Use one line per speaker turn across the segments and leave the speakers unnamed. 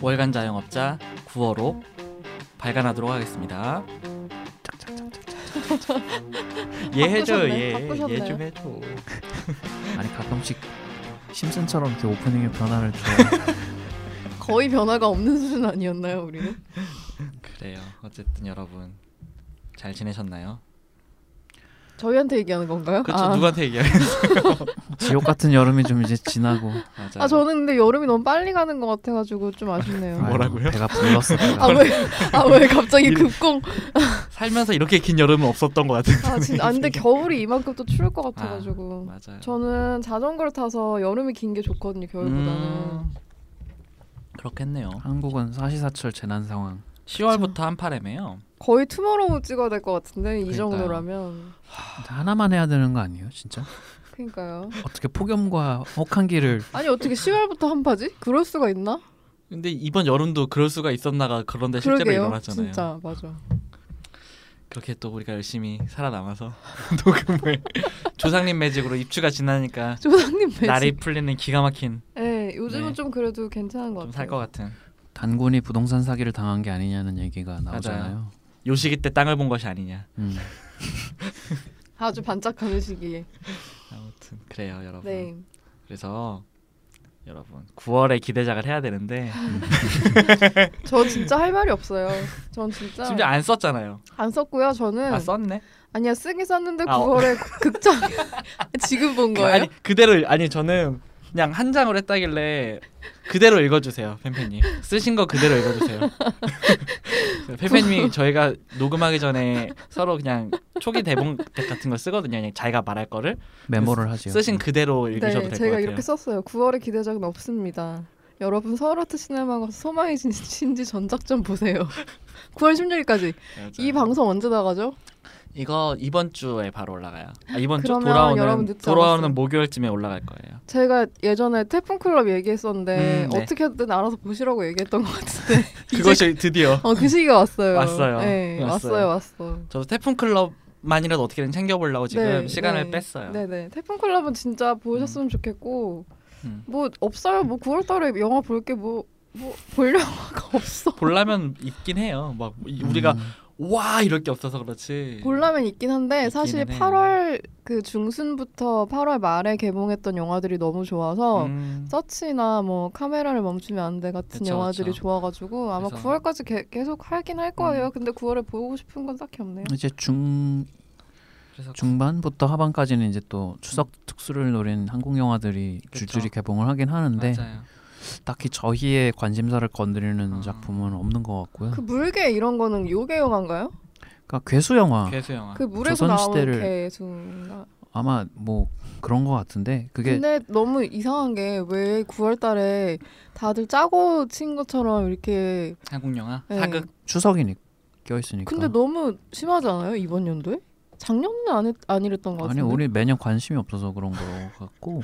월간 자영업자 9월호 발간하도록 하겠습니다. 예 해줘
바쁘셨네, 바쁘셨네.
예예좀 해줘.
아니 가끔씩 심슨처럼 이렇게 오프닝에 변화를 줘.
거의 변화가 없는 수준 아니었나요 우리는?
그래요. 어쨌든 여러분 잘 지내셨나요?
저희한테 얘기하는 건가요?
그렇죠.
아.
누구한테 얘기해?
지옥 같은 여름이 좀 이제 지나고
맞아.
아 저는 근데 여름이 너무 빨리 가는 것 같아가지고 좀 아쉽네요.
뭐라고요?
아이고, 배가 불렀어. 배가.
아 왜? 아 왜 갑자기 급공?
살면서 이렇게 긴 여름은 없었던 것 같은.
아 진짜. 아 근데 겨울이 이만큼 또 추울 것 같아가지고.
맞아요.
저는 자전거를 타서 여름이 긴 게 좋거든요 겨울보다는.
음, 그렇겠네요.
한국은 사시사철 재난 상황.
10월부터 한파래매요.
거의 투모로우 찍어야 될 것 같은데 이
그러니까요.
정도라면.
근데 하나만 해야 되는 거 아니에요, 진짜?
그러니까요.
어떻게 폭염과 혹한기를
아니 어떻게 10월부터 한파지? 그럴 수가 있나?
근데 이번 여름도 그럴 수가 있었나가 그런데 네, 실제로
그러게요.
일어났잖아요.
진짜 맞아.
그렇게 또 우리가 열심히 살아남아서 녹음을 조상님 매직으로 입추가 지나니까
조상님 매직.
날이 풀리는 기가 막힌
네 요즘은
네.
좀 그래도 괜찮은 것
좀
같아요.
살 것 같은
단군이 부동산 사기를 당한 게 아니냐는 얘기가 나오잖아요.
요 시기 때 땅을 본 것이 아니냐.
음.
아주 반짝하는 시기에.
아무튼 그래요, 여러분.
네.
그래서 여러분 9월에 기대작을 해야 되는데
저 진짜 할 말이 없어요. 전 진짜
심지어 안 썼잖아요.
안 썼고요. 저는
아 썼네.
아니야 쓰긴 썼는데
아, 어.
9월에 극장 지금 본 거예요.
아니 그대로 아니 저는 그냥 한 장으로 했다길래 그대로 읽어주세요 팬팬님 쓰신 거 그대로 읽어주세요 팬팬님이 저희가 녹음하기 전에 서로 그냥 초기 대본 같은 걸 쓰거든요 그냥 자기가 말할 거를
메모를 하죠.
쓰신 그대로
네,
읽으셔도 될 것
제가
같아요
이렇게 썼어요. 9월에 기대작은 없습니다. 여러분 서울아트 시네마 가서 소망이 진신지 전작 좀 보세요. 9월 16일까지
맞아요.
이 방송 언제 나가죠?
이거 이번 주에 바로 올라가요 아, 이번 주
그러면 여러분
돌아오는
늦지
돌아오는
않았어요.
목요일쯤에 올라갈 거예요
제가 예전에 태풍 클럽 얘기했었는데
음, 네.
어떻게든 알아서 보시라고 얘기했던 것 같은데
그것이 드디어
어, 그 시기가 왔어요.
왔어요.
네,
왔어요.
왔어요. 왔어.
저도 태풍 클럽만이라도 어떻게든 챙겨보려고 지금 시간을 뺐어요
네, 네네. 태풍 클럽은 진짜 보셨으면 좋겠고
음.
뭐 없어요. 뭐 9월달에 영화 볼 게 뭐 뭐 볼 영화가 없어.
볼라면 있긴 해요 막 이- 우리가
음.
와 이럴 게 없어서 그렇지.
볼라면 있긴 한데 사실
있기는 해요.
8월 그 중순부터 8월 말에 개봉했던 영화들이 너무 좋아서
음,
서치나 뭐 카메라를 멈추면 안 돼 같은
그쵸,
영화들이
그쵸.
좋아가지고 아마
그래서-
9월까지 개, 계속 하긴 할 거예요.
음.
근데 9월에 보고 싶은 건 딱히 없네요.
이제 중
그래서
중반부터 하반까지는 이제 또 추석 특수를 노린 한국 영화들이
음. 그쵸.
줄줄이 개봉을 하긴 하는데
맞아요.
딱히 저희의 관심사를 건드리는
아.
작품은 없는 것 같고요.
그 물개 이런 거는 요괴 영화인가요?
그러니까 괴수 영화
괴수 영화.
그 물에서
아, 조선시대를-
나오는 개수인가?
아마 뭐 그런 것 같은데 그게
근데 너무 이상한 게 왜 9월달에 다들 짜고 친 것처럼 이렇게
한국 영화. 아, 그
네.
사극.
추석이니 껴 있으니까.
근데 너무 심하지 않아요 이번 연도에? 작년은 안, 했, 안 이랬던 것
아니
같은데
우리 매년 관심이 없어서 그런 거 같고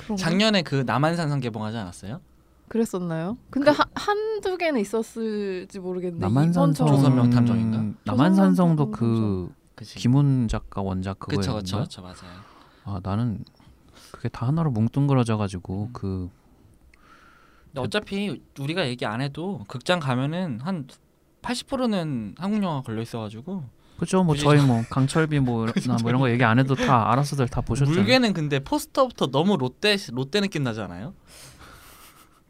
그런가?
작년에 그 남한산성 개봉하지 않았어요?
그랬었나요? 근데 한- 한두 개는 있었을지 모르겠는데
남한산성
이번처럼
조선명 탐정인가?
남한산성도
조선명
그
그치.
김훈 작가 원작 그거였는
그쵸
가
그쵸 그쵸 맞아요.
아 나는 그게 다 하나로 뭉뚱그려져가지고
음.
그
근데 어차피 우리가 얘기 안 해도 극장 가면은 한 80%는 한국 영화 걸려 있어가지고
그죠 뭐
그지?
저희 뭐 강철비 뭐나 뭐 이런 거 얘기 안 해도 다 알아서들 다 보셨잖아요.
물개는 근데 포스터부터 너무 롯데 롯데 느낌 나지 않아요?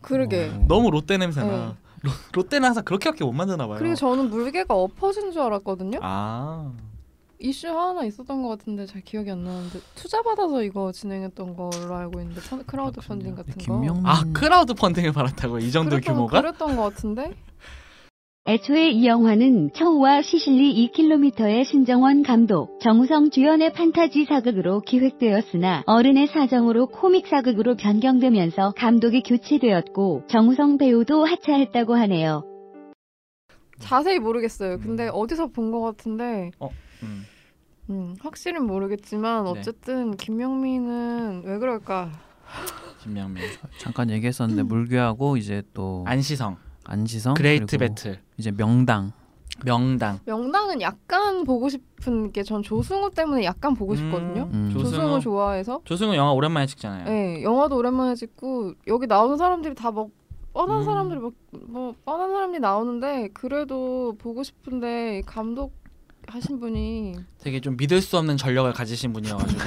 그러게
어,
너무 롯데 냄새나.
네.
롯- 롯데는 항상 그렇게밖에 못 만드나 봐요.
그리고 저는 물개가 엎어진 줄 알았거든요
아
이슈 하나 있었던 것 같은데 잘 기억이 안 나는데 투자 받아서 이거 진행했던 걸로 알고 있는데 펀- 크라우드
아, 그렇군요.
펀딩 같은 거
김명민
아 크라우드 펀딩을 받았다고 이 정도
그랬던-
규모가?
그랬던 것 같은데
애초에 이 영화는 청우와 시실리 2km의 신정원 감독, 정우성 주연의 판타지 사극으로 기획되었으나 어른의 사정으로 코믹 사극으로 변경되면서 감독이 교체되었고 정우성 배우도 하차했다고 하네요.
자세히 모르겠어요. 근데 어디서 본 것 같은데
음.
음, 확실히 모르겠지만
네.
어쨌든 김명민은 왜 그럴까?
김명민,
잠깐 얘기했었는데 물교하고 이제 또
안시성,
안지성
아, 그레이트
그리고
배틀.
이제 명당
명당
명당은 약간 보고 싶은 게 전 조승우 때문에 약간 보고 싶거든요.
음.
조승우, 좋아해서 예,
조승우 영화 오랜만에 찍잖아요.
네, 영화도 오랜만에 찍고 여기 나오는 사람들이 다 뭐 뻔한
음.
사람들이 막, 뭐 뻔한 사람이 나오는데 그래도 보고 싶은데 이 감독 하신 분이
되게 좀 믿을 수 없는 전력을 가지신 분이어가지고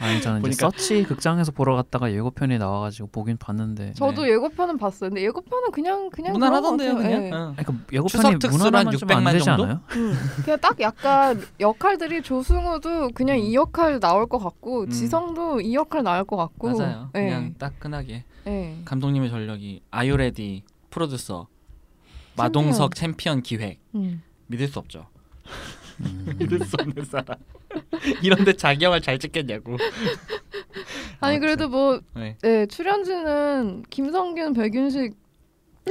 아니 저는 이제
보니까-
서치 극장에서 보러 갔다가 예고편이 나와가지고 보긴 봤는데
저도 예고편은 봤어요. 근데 예고편은 그냥 그냥 그런 것
무난하던데요
같아요.
그냥.
예.
응.
아니, 그러니까
추석
예고편이
특수로
무난하면
한
좀 안
600만
되지
정도?
않아요?
음, 그냥 딱 약간 역할들이 조승우도 그냥 이 역할 나올 것 같고
음.
지성도 이 역할 나올 것 같고
맞아요.
예,
그냥 따끈하게
예.
감독님의 전력이 아유레디 프로듀서 마동석 챔피언 기획
음.
믿을 수 없죠.
음.
믿을 수 없는 사람. 이런데 자기 영화 잘 찍겠냐고.
아니 그래도 뭐
네.
예, 출연진은 김성균, 백윤식,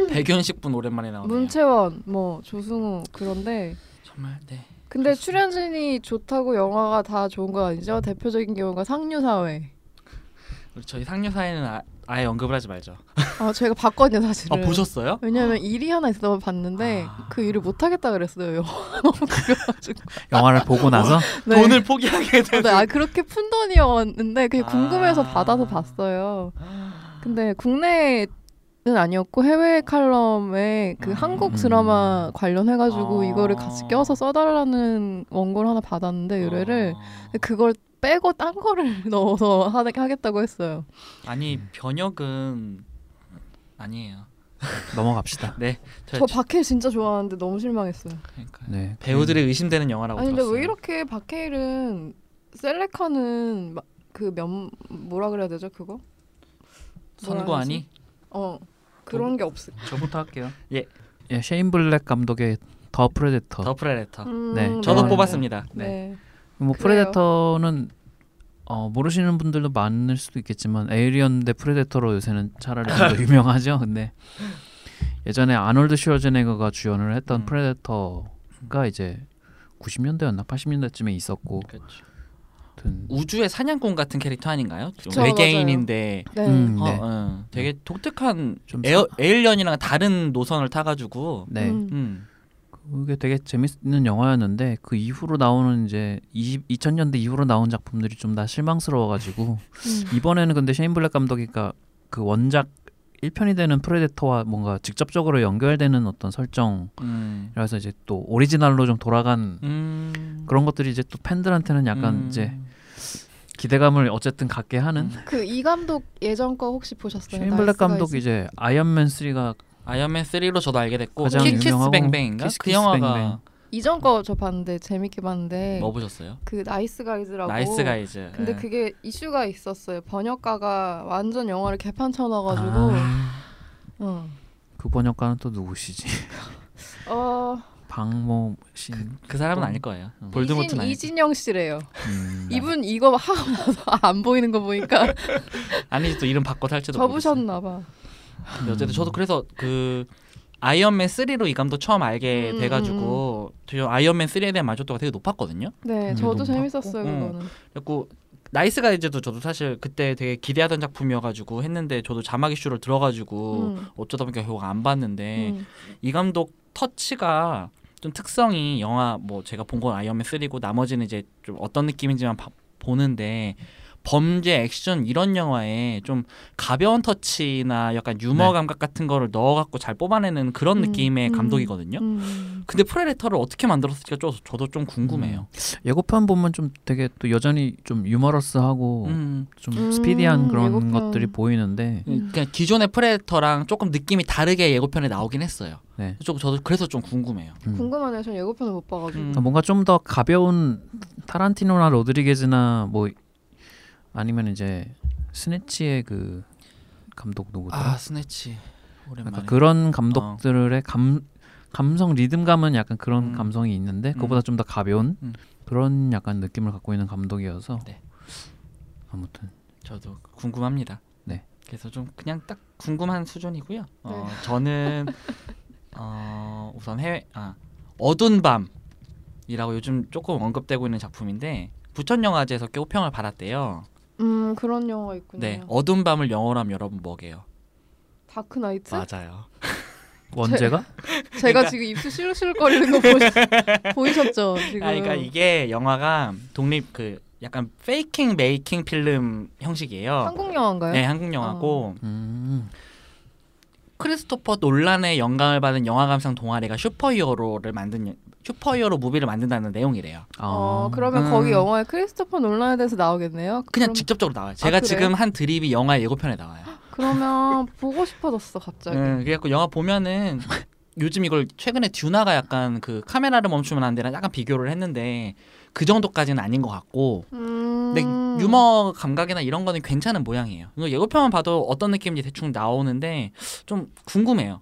백윤식 분 오랜만에 나오네요.
문채원, 뭐 조승우 그런데
정말 네.
근데 출연진이 좋다고 영화가 다 좋은 건 아니죠. 대표적인 경우가 상류사회.
우리 저희 상류 사회는 아, 아예 언급을 하지 말죠.
아 제가 봤거든요
아
사실은.
보셨어요?
왜냐하면 일이 하나 있어서 봤는데
아.
그 일을 못 하겠다 그랬어요. 너무 그래가지고.
영화를 보고 나서
네.
돈을 포기하게 되는.
근데 아 그렇게 푼 돈이었는데 그냥
아.
궁금해서 받아서 봤어요. 근데 국내는 아니었고 해외 칼럼에 그
음.
한국 드라마 관련해가지고
아.
이거를 같이 껴서 써달라는 원고를 하나 받았는데 의뢰를
아.
그걸 빼고 딴 거를 넣어서 하- 하겠다고 했어요.
아니 변혁은 아니에요.
넘어갑시다.
저 박해일 진짜 좋아하는데 너무 실망했어요.
그러니까요.
네
배우들이 의심되는 영화라고
아니 근데
들었어요.
왜 이렇게 박해일은 셀렉하는 마- 그 면, 뭐라 그래야 되죠 그거? 뭐라 그러지?
선구안이
어
뭐,
그런 게 없어.
저부터 할게요.
예.
예, 셰인 블랙 감독의 더 프레데터.
더 프레데터.
음,
네,
아, 저도
네.
뽑았습니다. 네.
네.
뭐
그래요.
프레데터는 어, 모르시는 분들도 많을 수도 있겠지만 에이리언 대 프레데터로 요새는 차라리 좀 더 유명하죠. 근데 예전에 아놀드 슈워제네거가 주연을 했던
음.
프레데터가 이제 90년대였나 80년대쯤에 있었고
그렇죠.
아무튼
우주의 사냥꾼 같은 캐릭터 아닌가요? 좀
그쵸,
외계인인데
네.
음,
어,
네.
어, 되게 독특한
좀
에어, 에일리언이랑 다른 노선을 타가지고
네.
음.
음.
그게 되게 재밌는 영화였는데 그 이후로 나오는 이제 20, 2000년대 이후로 나온 작품들이 좀 다 실망스러워가지고
음.
이번에는 근데 셰인 블랙 감독이가 그 원작 1편이 되는 프레데터와 뭔가 직접적으로 연결되는 어떤 설정이라서
음.
이제 또 오리지널로 좀 돌아간
음.
그런 것들이 이제 또 팬들한테는 약간
음.
이제 기대감을 어쨌든 갖게 하는
그이 감독 예전 거 혹시 보셨어요?
셰인 블랙
나이스가
감독
있어.
이제 아이언맨 3가
아이언맨 3로 저도 알게 됐고
가장
키키스
유명하고
뱅뱅인가
키스
그
키스
영화가
뱅뱅.
이전 거 저 봤는데 재밌게 봤는데
뭐 보셨어요?
그 나이스 가이즈라고.
나이스 가이즈.
근데
예.
그게 이슈가 있었어요. 번역가가 완전 영화를 개판 쳐놔가지고.
아,
어.
그 번역가는 또 누구시지?
어
박모 씨.
그 사람은 아닐 거예요.
이진,
볼드모트는 아니.
이진영 씨래요.
음,
네.
이분 이거 하고 나서 안 보이는 거 보니까
아니지 또 이름 바꿔 살지도 모르겠어요.
접으셨나 봐.
근데 어쨌든 저도 그래서 그 아이언맨 3로 이 감독 처음 알게
음,
돼가지고 저 아이언맨 3에 대한 만족도가 되게 높았거든요.
네,
음,
저도
너무
재밌었어요
음.
그거는.
그리고 나이스 가이즈도 저도 사실 그때 되게 기대하던 작품이어가지고 했는데 저도 자막 이슈를 들어가지고 네.
음,
어쩌다 보니까 결국 안 봤는데
음.
이 감독 터치가 좀 특성이 영화 뭐 제가 본 건 아이언맨 3고 나머지는 이제 좀 어떤 느낌인지만 봐- 보는데 범죄 액션 이런 영화에 좀 가벼운 터치나 약간 유머
네.
감각 같은 거를 넣어갖고 잘 뽑아내는 그런
음,
느낌의
음.
감독이거든요.
음.
근데 프레데터를 어떻게 만들었을지가 저, 저도 좀 궁금해요.
음. 예고편 보면 좀 되게 또 여전히 좀 유머러스하고
음.
좀
음,
스피디한 그런
예고편.
것들이
음.
보이는데
그냥 그러니까 기존의 프레데터랑 조금 느낌이 다르게 예고편에 나오긴 했어요.
네.
좀 저도 그래서 좀 궁금해요.
음. 그러니까
궁금하네요. 전 예고편을 못 봐가지고.
음.
뭔가 좀 더 가벼운 타란티노나 로드리게즈나 뭐 아니면 이제 스네치의 그 감독 누구더라?
아 어. 스네치
약간
오랜만에.
그런 감독들의 감 감성 리듬감은 약간 그런
음.
감성이 있는데
음.
그보다 좀 더 가벼운
음.
그런 약간 느낌을 갖고 있는 감독이어서
네.
아무튼
저도 궁금합니다.
네.
그래서 좀 그냥 딱 궁금한 수준이고요. 어,
네.
저는 어, 우선 해외 아 어두운 밤이라고 요즘 조금 언급되고 있는 작품인데 부천 영화제에서 꽤 호평을 받았대요.
음, 그런 영화 있군요.
네, 어두운 밤을 영어로 하면 여러분 뭐게요?
다크 나이트?
맞아요.
원제가
제가
그러니까-
지금 입술 실룩실룩거리는 거 보이, 보이셨죠? 지금.
아, 그러니까 이게 영화가 그러니까 독립 그 약간 페이킹 메이킹 필름 형식이에요.
한국 영화인가요? 어.
네, 한국 영화고
음.
크리스토퍼 논란의 영감을 받은 영화 감상 동아리가 슈퍼히어로를 만든 여- 슈퍼히어로 무비를 만든다는 내용이래요.
아.
어, 그러면
음.
거기 영화에 크리스토퍼 논란에 대해서 나오겠네요.
그냥
그럼, 아,
직접적으로 나와요. 제가
그래요?
지금 한 드립이 영화 예고편에 나와요.
그러면 보고 싶어졌어 갑자기.
네, 그래갖고 영화 보면은 요즘 이걸 최근에 듀나가 약간 그 카메라를 멈추면 안 되랑 약간 비교를 했는데 그 정도까지는 아닌 것 같고
음.
근데 유머 감각이나 이런 거는 괜찮은 모양이에요. 이거 예고편만 봐도 어떤 느낌인지 대충 나오는데 좀 궁금해요.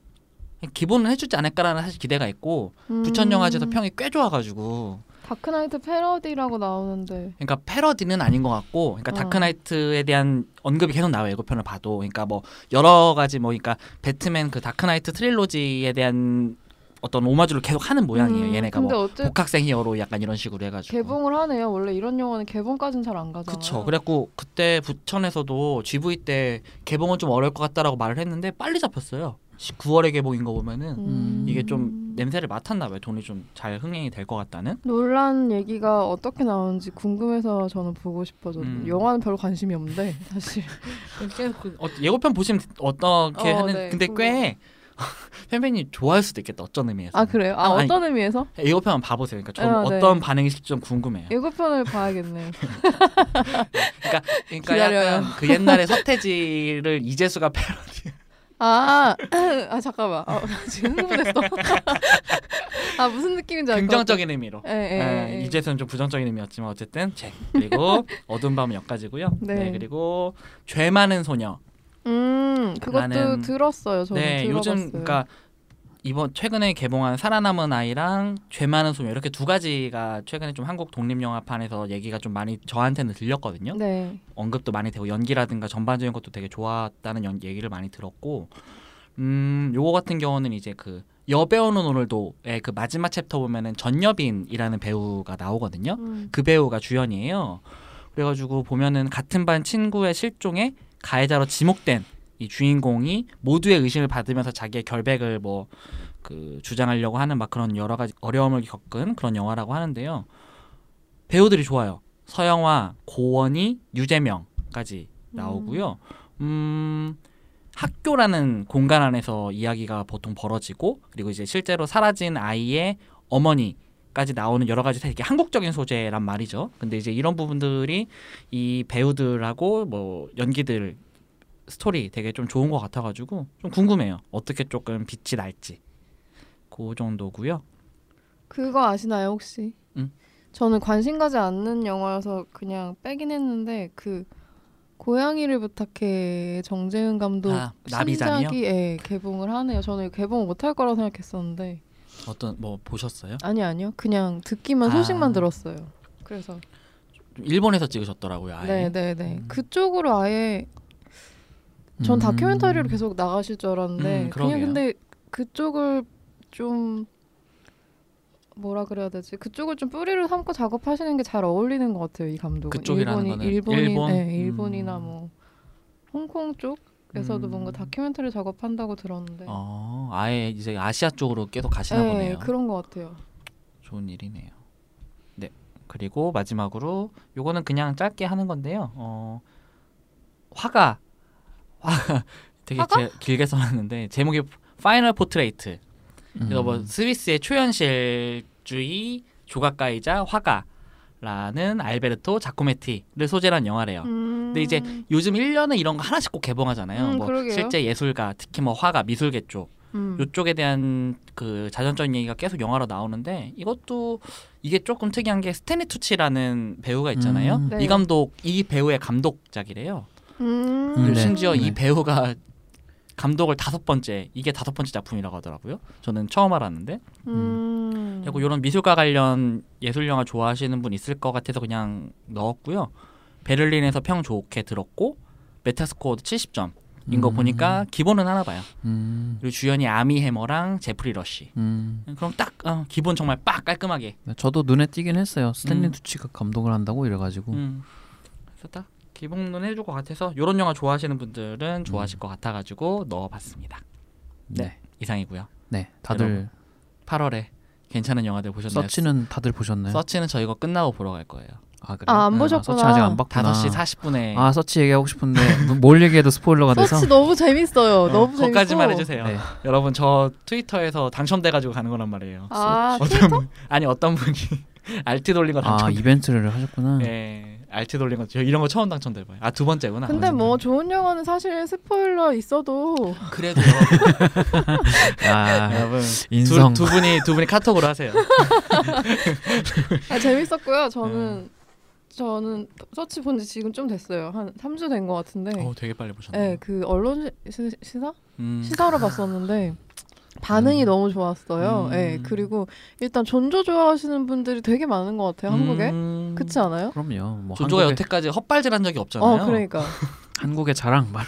기본은 해주지 않을까라는 사실 기대가 있고
음.
부천 영화제도 평이 꽤 좋아가지고
다크나이트 패러디라고 나오는데
그러니까 패러디는 아닌 것 같고 그러니까
어.
다크나이트에 대한 언급이 계속 나와요 예고편을 봐도 그러니까 뭐 여러 가지 뭐 그러니까 배트맨 그 다크나이트 트릴로지에 대한 어떤 오마주를 계속 하는 모양이에요
음,
얘네가
근데
뭐
어쨌든
복학생 히어로 약간 이런 식으로 해가지고
개봉을 하네요. 원래 이런 영화는 개봉까지는 잘 안 가잖아요.
그쵸 그래갖고 그때 부천에서도 GV 때 개봉은 좀 어려울 것 같다라고 말을 했는데 빨리 잡혔어요 9월에 개봉인 거 보면은
음.
이게 좀 네. 냄새를 맡았나 봐요 돈이 좀 잘 흥행이 될 것 같다는
논란 얘기가 어떻게 나오는지 궁금해서 저는 보고 싶어졌는데
음.
영화는 별로 관심이 없는데 사실
어, 예고편 보시면 어떻게
어,
하는
네,
근데 꽤 팬팬이 좋아할 수도 있겠다 어떤 의미에서
아 그래요? 아
아, 아니.
어떤 의미에서?
예고편만 봐보세요 그러니까 저는
아, 네.
어떤 반응이 있을지 좀 궁금해요
예고편을 봐야겠네요.
그러니까
기다려요.
약간 그 옛날에 서태지를 이재수가 패러디
아, 아 잠깐만. 아, 지금 흥분했어. 아 무슨 느낌인지 알것
긍정적인 의미로
같아. 예,
예,
예, 예.
이재수는 좀 부정적인 의미였지만 어쨌든 잭 그리고 어두운 밤은 여기까지고요
네.
네. 그리고 죄 많은 소녀
음 그것도
나는-
들었어요. 저는
네
들어봤어요.
요즘 그러니까 이번 최근에 개봉한 살아남은 아이랑 죄 많은 소녀 이렇게 두 가지가 최근에 좀 한국 독립 영화판에서 얘기가 좀 많이 저한테는 들렸거든요.
네.
언급도 많이 되고 연기라든가 전반적인 것도 되게 좋았다는 연, 얘기를 많이 들었고 음 요거 같은 경우는 이제 그 여배우는 오늘도의 그 마지막 챕터 보면은 전여빈이라는 배우가 나오거든요.
음.
그 배우가 주연이에요. 그래가지고 보면은 같은 반 친구의 실종에 가해자로 지목된 이 주인공이 모두의 의심을 받으면서 자기의 결백을 뭐 그 주장하려고 하는 막 그런 여러 가지 어려움을 겪은 그런 영화라고 하는데요. 배우들이 좋아요. 서영화, 고원희, 유재명까지 나오고요. 음 학교라는 공간 안에서 이야기가 보통 벌어지고 그리고 이제 실제로 사라진 아이의 어머니까지 나오는 여러 가지 되게 한국적인 소재란 말이죠. 근데 이제 이런 부분들이 이 배우들하고 뭐 연기들 스토리 되게 좀 좋은 것 같아가지고 좀 궁금해요. 어떻게 조금 빛이 날지 그 정도고요.
그거 아시나요 혹시?
응?
저는 관심 가지 않는 영화여서 그냥 빼긴 했는데 그 고양이를 부탁해 정재은 감독
아, 나비잠이요?
신작이 예, 개봉을 하네요. 저는 개봉을 못할 거라고 생각했었는데
어떤 뭐 보셨어요?
아니 아니요 그냥 듣기만
아.
소식만 들었어요. 그래서
일본에서 찍으셨더라고요. 아예. 음.
네네네 그쪽으로 아예 전
음.
다큐멘터리로 계속 나가실 줄 알았는데
음,
그냥
그러게요.
근데 그쪽을 좀 뭐라 그래야 되지 그쪽을 좀 뿌리를 삼고 작업하시는 게 잘 어울리는 것 같아요 이 감독은
그쪽이라는 거는
일본인
일본?
네, 일본이나
음.
뭐 홍콩 쪽에서도
음.
뭔가 다큐멘터리 작업한다고 들었는데
어, 아예 이제 아시아 쪽으로 계속 가시나
네
보네요.
그런 것 같아요
좋은 일이네요. 네. 그리고 마지막으로 요거는 그냥 짧게 하는 건데요. 어, 화가 화가 되게
화가?
제- 길게 써놨는데 제목이 파이널 포트레이트.
음.
그래서 뭐 스위스의 초현실주의 조각가이자 화가라는 알베르토 자코메티를 소재란 영화래요. 아. 근데 이제 요즘 1년에 이런 거 하나씩 꼭 개봉하잖아요.
음. 음,
뭐
그러게요.
실제 예술가, 특히 뭐 화가, 미술계 쪽
음.
요쪽에 대한 그 자전적인 얘기가 계속 영화로 나오는데 이것도 이게 조금 특이한 게 스테니 투치라는 배우가 있잖아요.
음.
네.
이 감독 이 배우의 감독작이래요.
음.
네.
심지어
네.
이 배우가 감독을 다섯 번째 이게 다섯 번째 작품이라고 하더라고요. 저는 처음 알았는데.
음.
그리고 이런 미술과 관련 예술 영화 좋아하시는 분 있을 것 같아서 그냥 넣었고요. 베를린에서 평 좋게 들었고 메타스코어 70점인 거
음.
보니까 기본은 하나 봐요.
음.
그리고 주연이 아미 해머랑 제프리 러쉬.
음.
그럼 딱 어, 기본 정말 빡 깔끔하게.
네, 저도 눈에 띄긴 했어요. 스탠리
음.
투치가 감독을 한다고 이래가지고
음. 그래서 딱 기본은 해줄 것 같아서 이런 영화 좋아하시는 분들은
음.
좋아하실 것 같아가지고 넣어봤습니다.
네,
이상이고요.
네 다들
8월에 괜찮은 영화들 보셨나요?
서치는 다들 보셨나요?
서치는 저희가 끝나고 보러 갈 거예요.
아, 그래요?
아, 안
네,
보셨구나.
서치 아직 안 봤구나.
5시 네. 40분에
아, 서치 얘기하고 싶은데 뭘 얘기해도 스포일러가 돼서.
서치 너무 재밌어요. 너무 재밌고.
거기까지 말해주세요.
네.
여러분 저 트위터에서 당첨돼가지고 가는 거란 말이에요.
아,
어떤 네. 분, 아니 어떤 분이 알티 돌린 거
아,
당첨.
이벤트를 하셨구나.
예, 알티 돌린 거. 저 이런 거 처음 당첨돼봐요. 아 두 번째구나.
근데 뭐 좋은 영화는 사실 스포일러 있어도
뭐
그래도 여러분,
아,
여러분
인성.
두, 두 분이 두 분이 카톡으로 하세요.
아, 재밌었고요.
네.
저는 저는 서치 본 지 지금 좀 됐어요. 한 3주 된 것 같은데.
어 되게 빨리 보셨네.
네, 그 언론 시, 시사
음.
시사로 봤었는데 반응이
음.
너무 좋았어요.
음.
네, 그리고 일단 존조 좋아하시는 분들이 되게 많은 것 같아요. 한국에
음.
그렇지 않아요?
그럼요. 뭐
조조가
한국의,
여태까지 헛발질한 적이 없잖아요.
어, 그러니까.
한국의 자랑 말.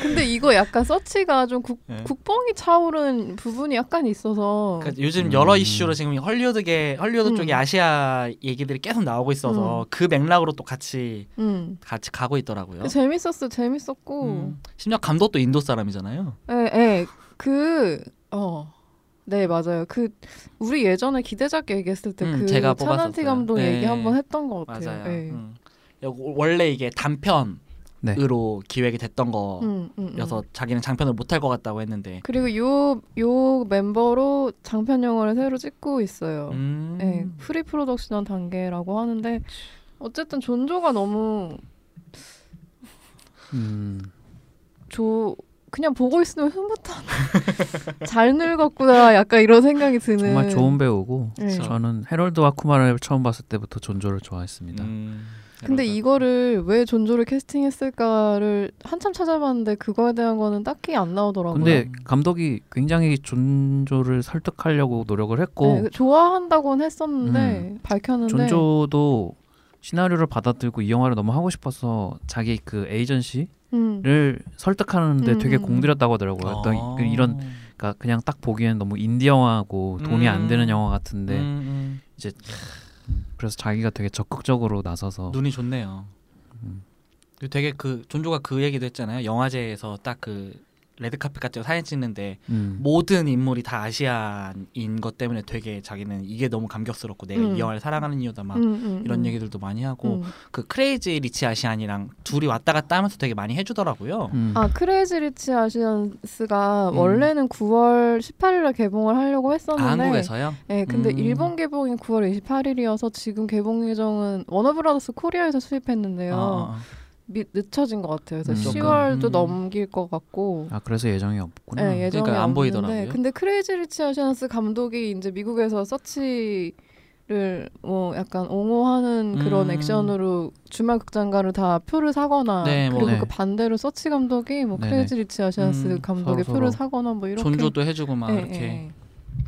근데 이거 약간 서치가 좀 국,
네.
국뽕이 차오른 부분이 약간 있어서
그러니까 요즘 여러
음.
이슈로 지금 헐리우드계 헐리우드
음.
쪽에 아시아 얘기들이 계속 나오고 있어서
음.
그 맥락으로 또 같이
음.
같이 가고 있더라고요.
재밌었어, 재밌었고.
음. 심지어 감독도 인도 사람이잖아요.
예, 예. 그, 어. 네, 맞아요. 그, 우리 예전에 기대작 얘기했을 때
음,
그,
제가
차난티
뽑았었어요.
감독
네.
얘기 한번 했던 것 같아요.
맞아요.
예.
음. 여- 원래 이게 단편으로
네.
기획이 됐던 어, 거여서
음, 음, 음.
자기는 장편을 못 할 것 같다고 했는데.
그리고 요, 요 멤버로 장편 영화를 새로 찍고 있어요.
음.
예, 프리 프로덕션 단계라고 하는데, 어쨌든 존조가 너무
음.
조, 그냥 보고 있으면 흐뭇한. 잘 늙었구나. 약간 이런 생각이 드는.
정말 좋은 배우고
예.
그쵸.
저는 헤럴드 와쿠마를 처음 봤을 때부터 존조를 좋아했습니다.
음.
근데 이거를 왜 존조를 캐스팅했을까를 한참 찾아봤는데 그거에 대한 거는 딱히 안 나오더라고요.
근데 감독이 굉장히 존조를 설득하려고 노력을 했고
네, 좋아한다고는 했었는데
음,
밝혔는데
존조도 시나리오를 받아들고 이 영화를 너무 하고 싶어서 자기 그 에이전시를
음.
설득하는데
음,
되게
음.
공들였다고 하더라고요. 어떤
아.
그 이런 그러니까 그냥 딱 보기에는 너무 인디 영화고 돈이
음.
안 되는 영화 같은데
음,
그래서 자기가 되게 적극적으로 나서서
음. 눈이 좋네요.
어. 음.
그리고 되게 그 존조가 그 얘기도 했잖아요. 영화제에서 딱 그 레드카펫 같은 거 사진 찍는데
음.
모든 인물이 다 아시안인 것 때문에 되게 자기는 이게 너무 감격스럽고 내가
음.
이 영화를 사랑하는 이유다 막
음, 음,
아, 이런
음.
얘기들도 많이 하고
음.
그 크레이지 리치 아시안이랑 둘이 왔다 갔다 하면서 되게 많이 해주더라고요.
음.
아 크레이지 리치 아시안스가
음.
원래는 9월 18일에 개봉을 하려고
아,
했었는데
한국에서요?
네, 근데
음.
일본 개봉이 9월 28일이어서 지금 개봉 예정은 워너브라더스 코리아에서 수입했는데요.
어, 어.
미- 늦춰진 것 같아요.
음,
그래서
조금.
10월도
음.
넘길 것 같고
아, 그래서 예정이 없구나.
네, 예정이
그러니까 안
없는데,
보이더라고요.
근데 크레이지 리치 아시안스 감독이 이제 미국에서 서치를 뭐 약간 옹호하는 그런
음.
액션으로 주말 극장가를 다 표를 사거나
네, 뭐,
그리고
네.
그 반대로 서치 감독이 뭐
네네.
크레이지 리치 아시안스
음,
감독의
서로
표를
서로.
사거나 뭐 이렇게
존조도 해주고 막
예,
이렇게
예.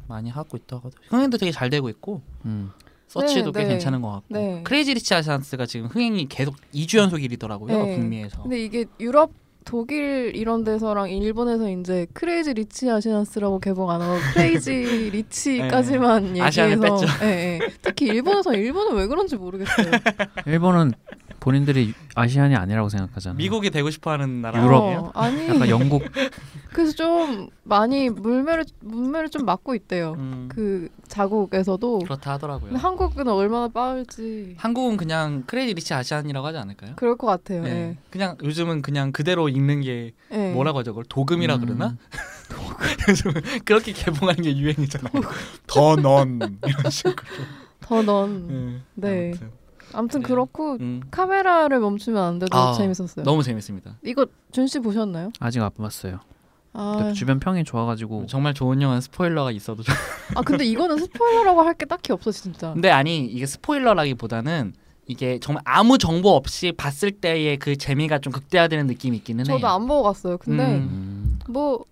많이 하고 있다고 흥행도 되게 잘 되고 있고
음.
서치도
네,
꽤
네.
괜찮은 것 같고
네.
크레이지 리치 아시안스가 지금 흥행이 계속 2주 연속 1위더라고요
네.
북미에서
근데 이게 유럽 독일 이런 데서랑 일본에서 이제 크레이지 리치 아시안스라고 개봉 안 하고 크레이지 리치까지만 얘기해서
네. 아시안을 뺐죠.
예, 예. 특히 일본에서 일본은 왜 그런지 모르겠어요.
일본은 본인들이 아시안이 아니라고 생각하잖아요.
미국이 되고 싶어하는 나라
유럽.
아니에요?
어, 아니
약간 영국
그래서 좀 많이 물매를 물매를 좀 맞고 있대요.
음,
그 자국에서도
그렇다 하더라고요.
근데 한국은 얼마나 빠를지
한국은 그냥 크레이지 리치 아시안이라고 하지 않을까요?
그럴 것 같아요.
네.
예.
그냥 요즘은 그냥 그대로 읽는 게
예.
뭐라고 하죠? 그걸 도금이라
음.
그러나? 요즘은 그렇게 개봉하는 게 유행이잖아요. 더넌 이런 식으로.
더넌
예.
네.
아무튼.
아무튼
네.
그렇고
음.
카메라를 멈추면 안 돼도
아,
재밌었어요.
너무 재밌습니다.
이거 준 씨 보셨나요?
아직 안 봤어요.
아,
근데 주변 평이
음.
좋아가지고
뭐 정말 좋은 영화는 스포일러가 있어도 좋
아 근데 이거는 스포일러라고 할 게 딱히 없어 진짜.
근데 아니 이게 스포일러라기보다는 이게 정말 아무 정보 없이 봤을 때의 그 재미가 좀 극대화되는 느낌이 있기는 해요.
저도 안 보고 갔어요. 근데
음.
음.
뭐 뭐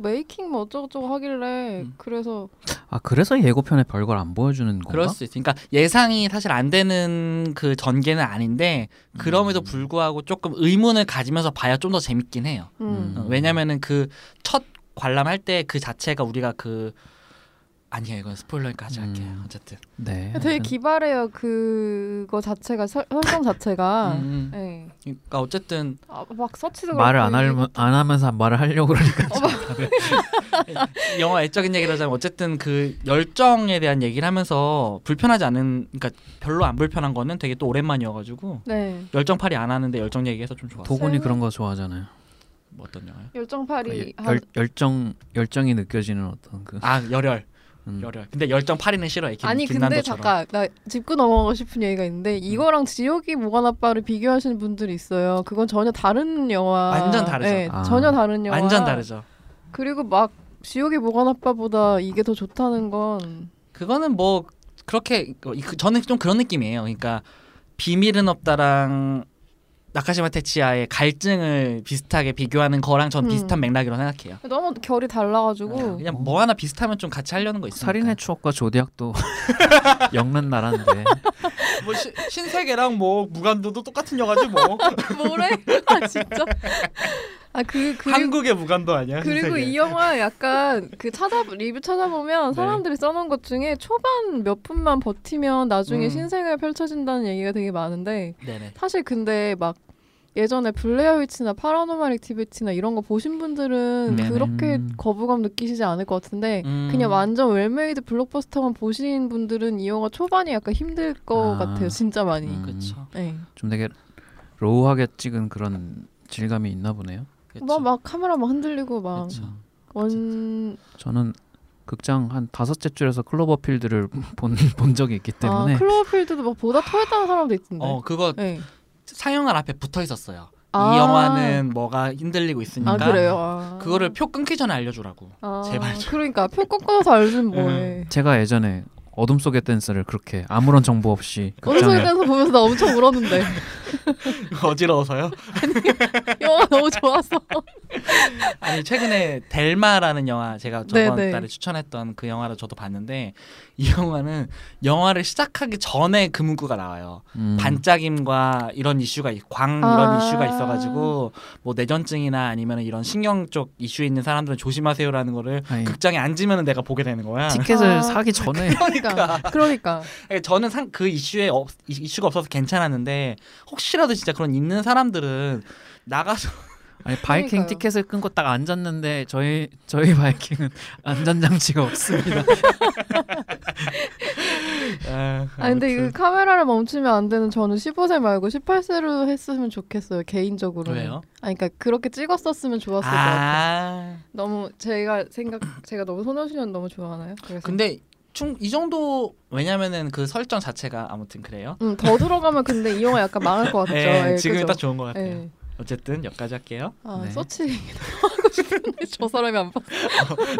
메이킹 뭐 어쩌고저쩌고 하길래
음.
그래서
아 그래서 예고편에 별걸 안 보여주는 건가?
그럴 수 있어. 그러니까 예상이 사실 안 되는 그 전개는 아닌데 그럼에도
음.
불구하고 조금 의문을 가지면서 봐야 좀 더 재밌긴 해요.
음.
음.
어, 왜냐면은 그 첫 관람할 때 그 자체가 우리가 그 아니야 이건 스포일러니까지 할게요.
음.
어쨌든.
네.
되게
하여튼
기발해요. 그거 자체가 설, 설정 자체가.
음, 음.
네.
그러니까 어쨌든
아, 막 서치도
말을 안
그렇고
뭐-
하면 안 하면서 말을 하려고 그러니까
어, 막
이 영화 애적인 얘기를 하자면 어쨌든 그 열정에 대한 얘기를 하면서 불편하지 않은 그러니까 별로 안 불편한 거는 되게 또 오랜만이어가지고
네.
열정팔이 안 하는데 열정 얘기해서
아,
좀 좋았어. 요
도곤이 그런 거 좋아하잖아요. 그
뭐 어떤 영화요?
열,
열정팔이 한
열- 열정 열정이 느껴지는 어떤 그
아 열혈
음.
열혈. 근데 열정팔이는 싫어해. 김,
아니 근데
김난도처럼. 음.
잠깐 나 짚고 넘어가고 싶은 얘기가 있는데 이거랑 지옥이 모가나빠를 비교하시는 분들이 있어요. 그건 전혀 다른 영화.
완전 다르죠.
네,
아.
전혀 다른 영화.
완전 다르죠.
그리고 막 지옥의 모가나빠보다 이게 더 좋다는 건
그거는 뭐 그렇게 그- 그- 저는 좀 그런 느낌이에요. 그러니까 비밀은 없다랑 나카시마 테치아의 갈증을 비슷하게 비교하는 거랑 전
음.
비슷한 맥락이라고 생각해요.
너무 결이 달라가지고
그냥 뭐 하나 비슷하면 좀 같이 하려는 거 있어요.
살인의 추억과 조디악도 영난 나라인데
뭐 시- 신세계랑 뭐 무간도도 똑같은 영화지 뭐.
뭐래? 아 진짜. 아그 그리고
한국의 무간도 아니야?
그리고
신세계.
이 영화 약간 그 찾아 리뷰 찾아보면
네.
사람들이 써놓은 것 중에 초반 몇 분만 버티면 나중에
음.
신세계가 펼쳐진다는 얘기가 되게 많은데
네네.
사실 근데 막 예전에 블레어 위치나 파라노말 액티비티나 이런 거 보신 분들은
네네.
그렇게
음.
거부감 느끼시지 않을 것 같은데
음.
그냥 완전 웰메이드 블록버스터만 보신 분들은 이 영화 초반이 약간 힘들 것
아.
같아요 진짜 많이
음.
그렇죠.
네.
좀 되게 로우하게 찍은 그런 질감이 있나 보네요.
막, 막 카메라 막 흔들리고 막
그렇죠.
원...
저는 극장 한 다섯째 줄에서 클로버필드를 본, 본 적이 있기 때문에
아 클로버필드도 막 보다 토했다는 사람도 있던데
어 그거
네.
상영관 앞에 붙어 있었어요.
아.
이 영화는 뭐가 흔들리고
아
있으니까
그래요. 아.
그거를 표 끊기 전에 알려주라고.
아,
제발 좀. 음,
그러니까 표 꺾어서 알면 뭐해.
제가 예전에 어둠 속의 댄스를 그렇게 아무런 정보 없이
어느 소리
극장에
댄서 보면서 나 엄청 울었는데
어지러워서요?
영화 너무 좋아서.
아니 최근에 델마라는 영화 제가 저번
네, 네.
달에 추천했던 그 영화를 저도 봤는데 이 영화는 영화를 시작하기 전에 그 문구가 나와요.
음,
반짝임과 이런 이슈가 있- 광
아.
이런 이슈가 있어가지고 뭐 뇌전증이나 아니면 이런 신경 쪽 이슈 있는 사람들은 조심하세요라는 거를
아니,
극장에 앉으면 내가 보게 되는 거야.
티켓을
아.
사기 전에
그러니까 그러니까
예, 저는 상, 그 이슈에 없, 이- 이슈가 없어서 괜찮았는데 혹시라도 진짜 그런 있는 사람들은 나가서
아니 바이킹
그러니까요.
티켓을 끊고 딱 앉았는데 저희 저희 바이킹은 안전 장치가 없습니다.
아,
아 근데 이 카메라를 멈추면 안 되는 저는 15세 말고 18세로 했으면 좋겠어요 개인적으로.
왜요?
아 그러니까 그렇게 찍었었으면 좋았을 것 같아요.
아
너무 제가 생각 제가 너무 소녀시년 너무 좋아하나요? 그래서
근데 충, 이 정도 왜냐면은 그 설정 자체가 아무튼 그래요.
음, 더 들어가면 근데 이 영화 약간 망할 것 같죠.
네,
예,
지금이
그죠?
딱 좋은 것 같아요.
예.
어쨌든 여기까지 할게요.
아
네.
서치 얘기도 하고 싶은데 저 사람이 안 봤어.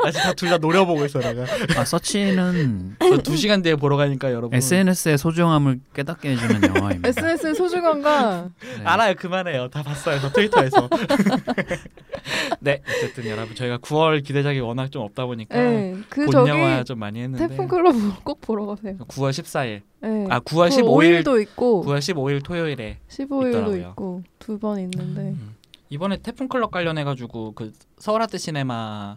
나 지금 둘 다 노려보고 있어 내가.
아 서치는
두 시간 뒤에 보러 가니까 여러분.
SNS의 소중함을 깨닫게 해주는 영화입니다.
SNS의 소중함과
어,
네.
알아요 그만해요 다 봤어요 저 트위터에서. 네 어쨌든 여러분 저희가 9월 기대작이 워낙 좀 없다 보니까
네, 그
본
저기
영화 좀 많이 했는데.
태풍 클럽 꼭 보러 가세요.
9월 14일.
네.
아 9월
9월
15일.
5일도 네. 있고
9월 15일 토요일에
15일도
있더라고요. 음.
있고 두 번 있는데
이번에 태풍 클럽 관련해 가지고 그 서울 아트 시네마의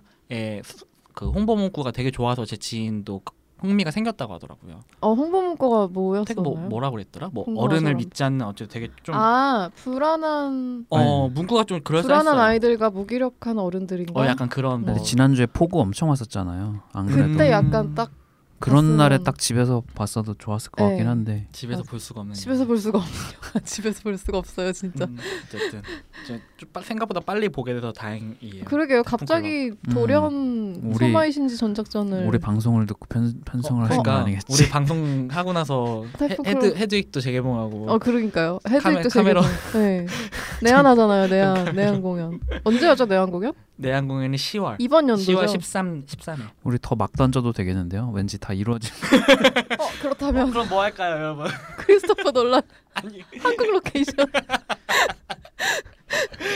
수- 그 홍보 문구가 되게 좋아서 제 지인도 그 흥미가 생겼다고 하더라고요.
어 홍보 문구가 뭐였었나요?
되게 뭐 뭐라 그랬더라? 뭐
홍보하는
어른을
사람.
믿지 않는 어째 되게 좀 어
아 불안한
네.
문구가 좀 그럴싸했어요.
불안한 네. 아이들과 무기력한 어른들인가?
어 약간 그런 뭐
근데 지난주에 폭우 엄청 왔었잖아요. 안 그래도
음.
그때 약간 딱
그런
봤으면-
날에 딱 집에서 봤어도 좋았을 것
네.
같긴 한데
집에서
아,
볼 수가 없는
집에서 볼 수가 없어요. 집에서 볼 수가 없어요 진짜.
네. 음, 어쨌든 저- 좀 빨- 생각보다 빨리 보게 돼서 다행이에요.
그러게요. 갑자기
음.
클럽.
돌연
우리-
소마이신지 전작전을
우리 방송을 듣고 편, 편성을 하신 거
네. 그러니까
아니겠지?
우리 방송 하고 나서 헤,
태풍
헤드
클럽.
헤드윅도 재개봉하고
네, 어 그러니까요.
카메-
헤드릭도
카메라. 그러니까.
네. 내한 하잖아요. 내한 내한 공연 언제였죠? 내한 공연?
내한 공연이 10월
이번 연도죠.
10월 13 13일.
우리 더 막 던져도 되겠는데요. 왠지 다 이루어질
어 그렇다면
그럼 뭐 할까요, 여러분?
크리스토퍼 놀란
아니
한국 로케이션.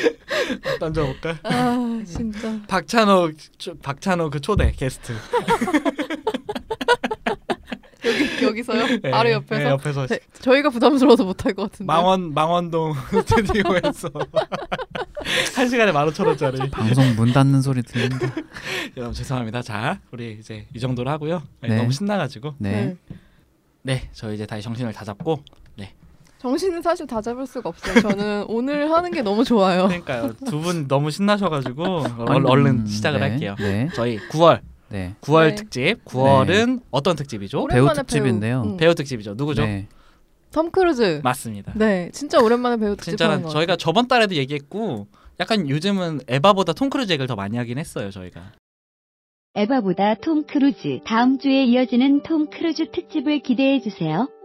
던져볼까?
아 진짜.
박찬호 초- 박찬호 그 초대 게스트
여기 여기서요?
네,
바로
네,
옆에서.
옆에서
네, 저희가 부담스러워서 못할 것 같은데.
망원 망원동 스튜디오에서 한 시간에 만 오천 원짜리
아,
방송 문 닫는 소리 들린다.
여러분 죄송합니다 자 우리 이제 이 정도로 하고요 아니,
네.
너무 신나가지고
네.
네저 이제 다시 정신을 다 잡고 네
정신은 사실 다 잡을 수가 없어요. 저는 오늘 하는 게 너무 좋아요.
그러니까요. 두 분 너무 신나셔가지고 얼,
아니,
얼른
어. 음,
시작을
네,
할게요.
네.
저희 9월
네.
9월
네.
특집 9월은 어떤 특집이죠?
배우
오랜만에
특집인데요.
음.
배우 특집이죠. 누구죠?
네.
톰 크루즈.
맞습니다.
네, 진짜 오랜만에 배우 특집 하는
진짜
거.
저희가 저번 달에도 얘기했고 약간 요즘은 에바보다 톰 크루즈 얘기를 더 많이 하긴 했어요 저희가.
에바보다 톰 크루즈. 다음 주에 이어지는 톰 크루즈 특집을 기대해 주세요.